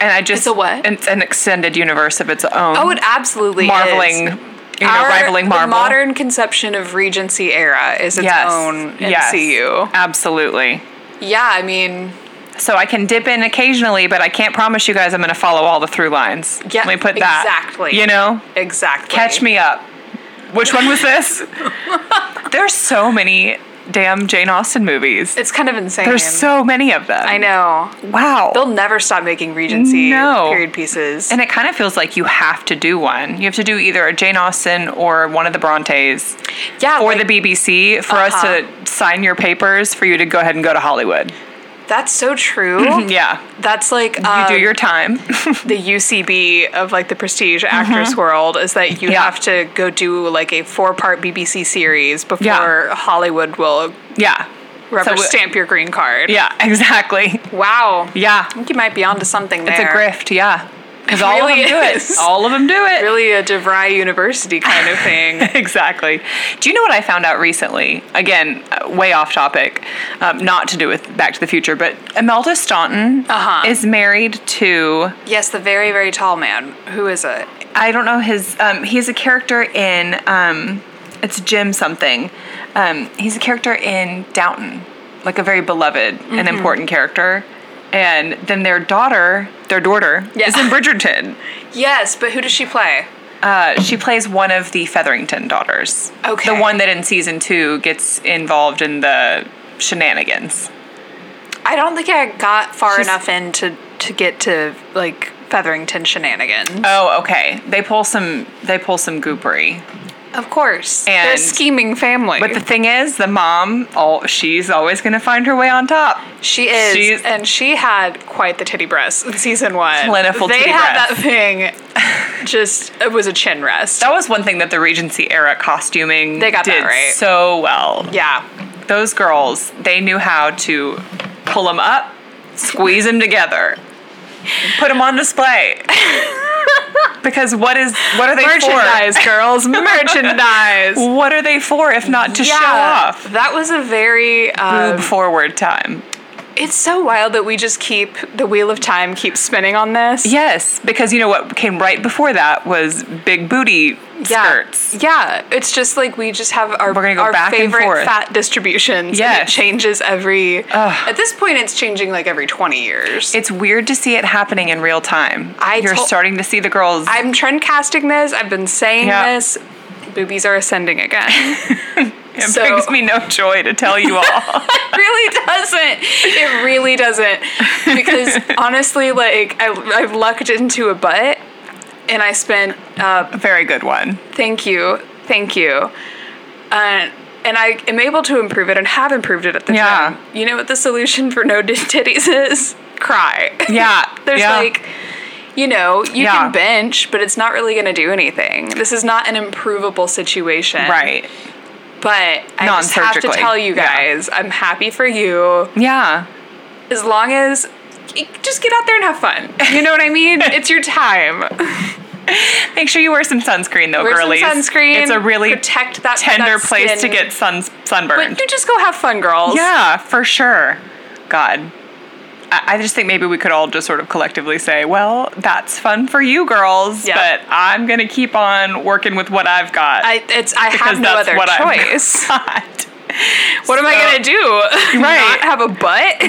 A: and I just
B: It's a what?
A: It's an extended universe of its own.
B: Oh, it absolutely
A: marveling,
B: is.
A: you know,
B: Our-
A: rivaling
B: the
A: Marvel.
B: modern conception of Regency era is its
A: yes.
B: own
A: yes.
B: MCU.
A: Absolutely.
B: Yeah, I mean,
A: So I can dip in occasionally, but I can't promise you guys I'm going to follow all the through lines.
B: Yeah,
A: Let me put that.
B: exactly.
A: You know,
B: exactly.
A: catch me up. Which one was this? There's so many damn Jane Austen movies.
B: It's kind of insane.
A: There's so many of them.
B: I know.
A: Wow.
B: They'll never stop making Regency
A: No.
B: period pieces.
A: and it kind of feels like you have to do one. You have to do either a Jane Austen or one of the Brontes
B: yeah,
A: or
B: like, Uh-huh.
A: the BBC for us to sign your papers for you to go ahead and go to Hollywood.
B: that's so true.
A: Yeah.
B: That's like
A: You
B: um,
A: do your time.
B: the UCB of like the prestige actress world is that you
A: Mm-hmm. Yeah.
B: have to go do like a four part BBC series before
A: Yeah.
B: Hollywood will
A: yeah.
B: rubber
A: So- uh,
B: stamp your green card.
A: Yeah, exactly.
B: Wow.
A: Yeah.
B: I think you might be onto something
A: It's a
B: there.
A: grift, yeah. Because all
B: really
A: of them do
B: is.
A: it. All of them do it.
B: Really a DeVry University kind of thing.
A: Exactly. Do you know what I found out recently? Again, uh, way off topic, um, not to do with Back to the Future, but Imelda Staunton
B: Uh-huh.
A: is married to
B: yes, the very, very tall man. Who is it?
A: I don't know his. Um, he's a character in um, it's Jim something. Um, he's a character in Downton, like a very beloved
B: Mm-hmm.
A: and important character. And then their daughter, their daughter,
B: Yeah.
A: is in Bridgerton.
B: Yes, but who does she play?
A: Uh, she plays one of the Featherington daughters.
B: Okay.
A: The one that in season two gets involved in the shenanigans.
B: I don't think I got far
A: She's-
B: enough in to, to get to like Featherington shenanigans.
A: Oh, okay. They pull some. They pull some goopery.
B: of course. They're a
A: and-
B: scheming family.
A: But the thing is, the mom, all she's always going to find her way on top.
B: She is,
A: She's-
B: and she had quite the titty breasts in season one.
A: Plentiful
B: They
A: titty
B: had
A: breasts.
B: that thing just it was a chin rest.
A: That was one thing that the Regency era costuming
B: They got that
A: did
B: right.
A: so well.
B: yeah.
A: Those girls, they knew how to pull them up, squeeze them together, put them on display. because what is what are they
B: Merchandise, girls, merchandise.
A: for? What are they for if not to show off?
B: That was a very. Um,
A: Boob forward time.
B: it's so wild that we just keep the wheel of time keeps spinning on this.
A: Yes, because you know what came right before that was big booty skirts.
B: Yeah, it's just like we just have our
A: We're gonna go
B: our
A: back and
B: favorite
A: forth.
B: fat distributions. Yeah, it
A: Yes.
B: changes every. At this point, it's changing like every twenty years.
A: It's weird to see it happening in real time.
B: I
A: You're
B: tol-
A: starting to see the girls.
B: I'm trend casting this. I've been saying
A: Yeah.
B: this. Boobies are ascending again.
A: It
B: So-
A: brings me no joy to tell you all.
B: it really doesn't. It really doesn't. Because honestly, like I, I've lucked into a butt, and I spent uh,
A: A very good one.
B: Thank you. Thank you. Uh, and I am able to improve it and have improved it at the
A: Yeah.
B: time. You know what the solution for no d- titties is? Cry.
A: Yeah.
B: There's
A: yeah.
B: like, you know, you
A: Yeah.
B: can bench, but it's not really going to do anything. This is not an improvable situation.
A: Right.
B: But I just have to
A: Non-surgically.
B: tell you
A: Yeah.
B: guys, I'm happy for you
A: Yeah.
B: as long as just get out there and have fun. You know what I mean? it's your time.
A: Make sure you wear some sunscreen though,
B: Wear some
A: girlies.
B: sunscreen.
A: It's a really
B: protect that
A: tender
B: that
A: place to
B: skin.
A: get sun
B: But
A: sunburned.
B: you just go have fun, girls.
A: Yeah, for sure. God. I I just think maybe we could all just sort of collectively say, well, that's fun for you girls,
B: Yeah.
A: but I'm going to keep on working with what I've got.
B: I it's I
A: because
B: have no
A: that's
B: other
A: what
B: choice.
A: I've got.
B: What am I
A: So-
B: gonna do?
A: Right.
B: Not have a butt?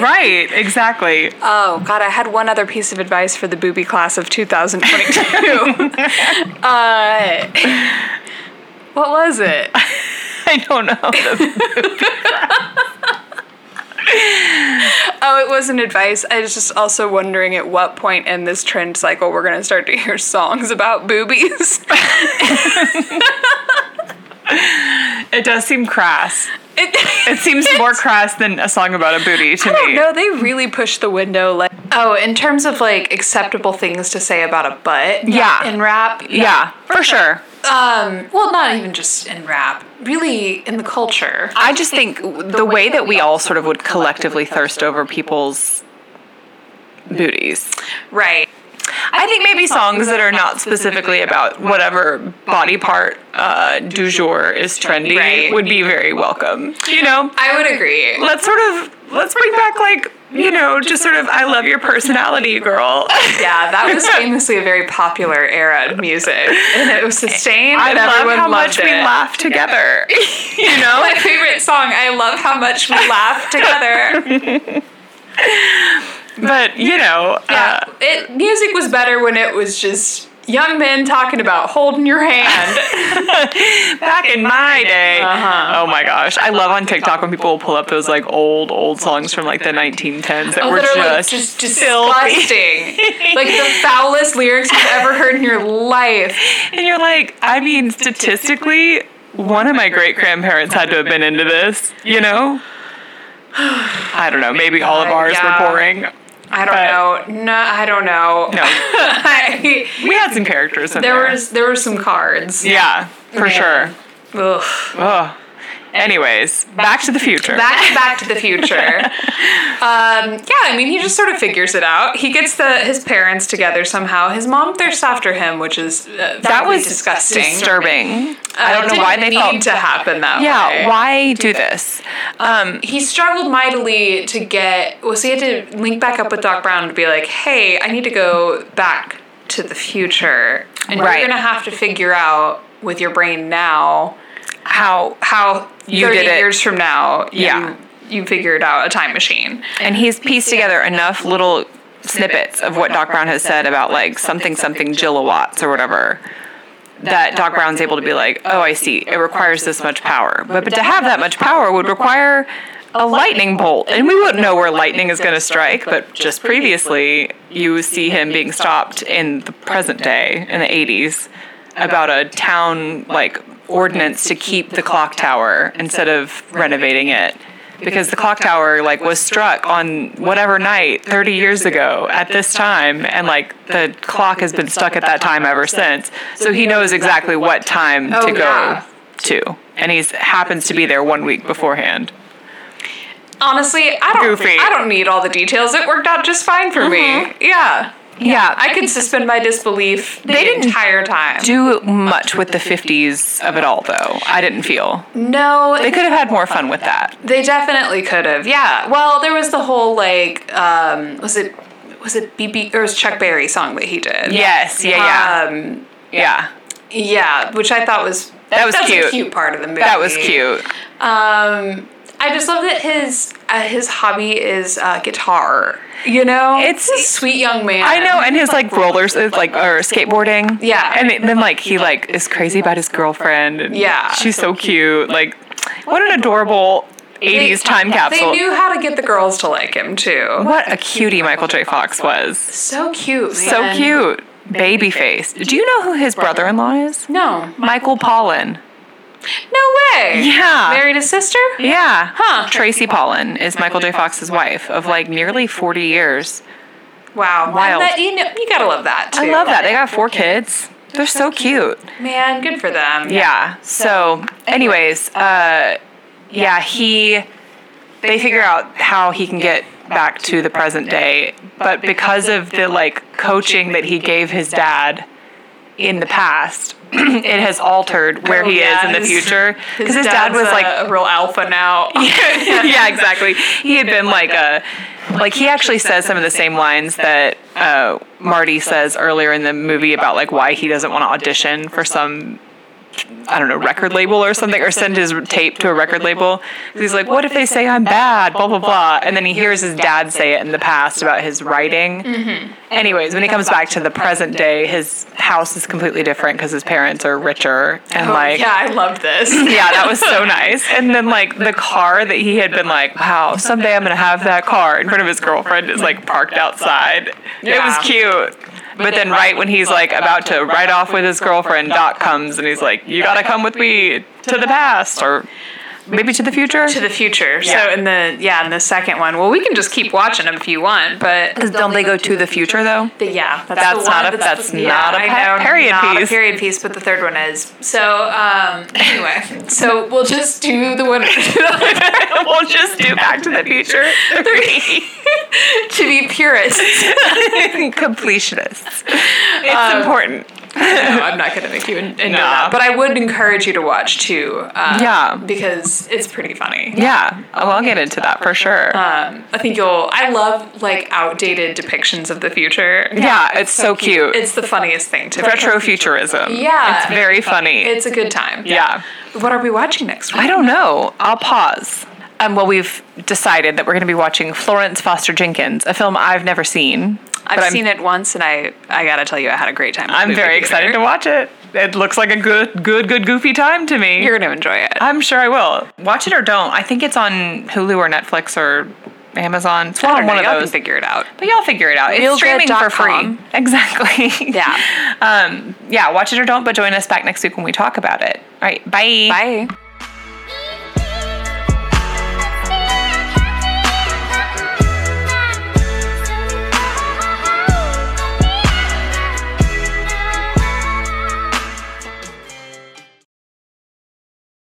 A: right, exactly.
B: Oh God, I had one other piece of advice for the booby class of 2022. uh, what was it?
A: I don't know.
B: Oh, it wasn't advice. I was just also wondering at what point in this trend cycle we're gonna start to hear songs about boobies.
A: it does seem crass.
B: It-
A: It seems more crass than a song about a booty to
B: I don't
A: me.
B: know. They really pushed the window. Like, oh, in terms of like acceptable things to say about a butt.
A: Yeah.
B: In rap.
A: Yeah, for sure.
B: Um, well, not even just in rap, really in the culture.
A: I just think the way that we all sort of would collectively thirst over people's booties.
B: Right.
A: I think maybe songs that are not specifically about whatever body part uh, du jour is trendy
B: Right.
A: would be very welcome. You know,
B: I would agree.
A: let's sort of let's bring back like you know just sort of I love your personality, girl.
B: Yeah, that was famously a very popular era of music. And it was sustained
A: I
B: and
A: love
B: everyone
A: how
B: loved
A: much
B: it.
A: we laugh together. You know,
B: My favorite song, I love how much we laugh together.
A: but you know,
B: Yeah.
A: uh,
B: It music was better when it was just young men talking about holding your hand.
A: back in my day. Uh-huh. Oh my gosh, I love on TikTok when people will pull up those like old old songs from like the 1910s Oh, that were
B: Literally
A: just
B: just
A: filthy.
B: disgusting. like the foulest lyrics you've ever heard in your life.
A: And you're like, I mean, statistically, one of my great grandparents had to have been into this, you know? I don't know. Maybe all of ours
B: Yeah.
A: were boring.
B: I don't
A: But-
B: know. No, I don't know.
A: No,
B: I-
A: we had some characters in there.
B: there was there were some cards.
A: yeah, for sure.
B: Ugh.
A: Ugh. Anyways, back to the future.
B: Back to Back to the Future. Um, yeah, I mean, he just sort of figures it out. He gets the his parents together somehow. His mom thirsts after him, which is uh,
A: that was
B: disgusting.
A: Disturbing. I
B: Uh,
A: don't know
B: didn't
A: why they
B: need
A: thought.
B: to happen that way.
A: Yeah, why do this?
B: he struggled mightily to get well so he had to link back up with doc brown to be like hey i need to go back to the future and
A: Right.
B: you're gonna have to figure out with your brain now
A: How?
B: how
A: You
B: 30
A: did it.
B: years from now you,
A: Yeah.
B: you figured out a time machine
A: And he's pieced together enough little snippets of what Doc Brown has said about like something something gigawatts or whatever. that Doc Brown's able to be like, oh, I see, it requires this much power. But, but to have that much power would require a lightning bolt. And we wouldn't know where lightning is going to strike, but just previously, you see him being stopped in the present day, in the 80s, about a town like ordinance to keep the clock tower instead of renovating it. because the clock tower like was struck on whatever night 30 years ago at this time and like the clock has been stuck at that time ever since so he knows exactly what time
B: Oh,
A: to go
B: yeah.
A: to and he's happens to be there one week beforehand
B: Honestly, I don't.
A: Goofy.
B: I don't need all the details. It worked out just fine for me. Yeah.
A: yeah
B: I, could suspend my disbelief the
A: They didn't
B: entire time.
A: do much with the 50s of it all though i didn't feel
B: no,
A: they could have had more fun with that
B: They definitely could have. Yeah. Well, there was the whole like um was it was it BB or was Chuck Berry song that he did?
A: yes yeah yeah
B: Um
A: yeah
B: yeah, which I thought was
A: That was
B: that's
A: cute.
B: a cute part of the movie.
A: that was cute
B: Um I just love that his uh, his hobby is uh, guitar. You know?
A: It's-
B: He's a sweet young man.
A: I know, and his like rollers, is, like or skateboarding.
B: Yeah.
A: and it- then like he like is crazy about his girlfriend. and
B: Yeah.
A: she's so cute. Like, what an adorable '80s time
B: They
A: capsule.
B: knew how to get the girls to like him too.
A: What a cutie Michael J. Fox was.
B: So cute.
A: So
B: man.
A: cute, baby face. Do you know who his brother-in-law is?
B: No.
A: Michael Pollan.
B: No way.
A: Yeah.
B: Married his sister?
A: Yeah. Huh. Tracy Pollan is Michael J. Fox's wife of like nearly 40 years.
B: Wow.
A: Wild.
B: That, you, know, you gotta love that too.
A: I love that. They got four kids. They're so cute.
B: Man, good for them.
A: Yeah. So, anyways, uh, yeah, he. They figure out how he can get back to the present day, but because of the like coaching that he gave his dad in the past, it has altered where
B: Oh,
A: he is
B: yeah,
A: in the
B: his-
A: future. Because his dad was like
B: a real alpha now.
A: yeah, exactly. He had been like a like he actually says some of the same lines that uh, Marty says earlier in the movie about like why he doesn't want to audition for some I don't know record label or something or send his tape to a record label. 'Cause He's like, what if they say I'm bad? Blah blah blah. And then he hears his dad say it in the past about his writing. Anyways, when he comes back to the present day, his house is completely different because his parents are richer and like
B: yeah, I love this.
A: yeah, that was so nice. And then like the car that he had been like, wow, someday I'm gonna have that car in front of his girlfriend is like parked outside. It was
B: Yeah.
A: cute. But then right when he's like about to ride off with his girlfriend, Doc comes and he's like, you gotta come with me to the past or maybe to the future.
B: To the future.
A: Yeah.
B: So in the yeah, in the second one. Well, we can just keep watching them if you want, but
A: Don't they go to the future though?
B: the- yeah, that's,
A: That's
B: the one
A: not a- that's
B: yeah,
A: not a
B: I
A: pe-
B: know,
A: period
B: not a
A: piece.
B: period piece, but the third one is. So um, anyway, so we'll just do the one
A: we'll just do Back to the Future three.
B: to be purists.
A: Completionists. Um, It's important.
B: no, I'm not gonna make you in- into
A: Nah.
B: that, but I would encourage you to watch too. Um,
A: Yeah.
B: because it's pretty funny.
A: Yeah, well, I'll get into that for sure.
B: Um, I think you'll. I love like outdated depictions of the future.
A: Yeah, it's so cute.
B: It's the funniest thing to me.
A: retrofuturism.
B: Yeah.
A: It's very funny.
B: It's a good time.
A: yeah.
B: What are we watching next week?
A: I don't know. I'll pause. Um, well, we've decided that we're going to be watching Florence Foster Jenkins, a film I've never seen.
B: I've seen it once, and I I gotta tell you, I had a great time. at the
A: I'm
B: movie
A: very
B: theater.
A: excited to watch it. It looks like a good, good, good, goofy time to me.
B: You're gonna enjoy it.
A: I'm sure I will. Watch it or don't. I think it's on Hulu or Netflix or Amazon. It's
B: I
A: one,
B: don't know.
A: one of
B: y'all can
A: those.
B: figure it out.
A: But y'all figure it out. It's
B: You'll get
A: streaming for free.
B: .com.
A: Exactly.
B: Yeah.
A: Um, yeah, watch it or don't, but join us back next week when we talk about it. All right. Bye.
B: Bye.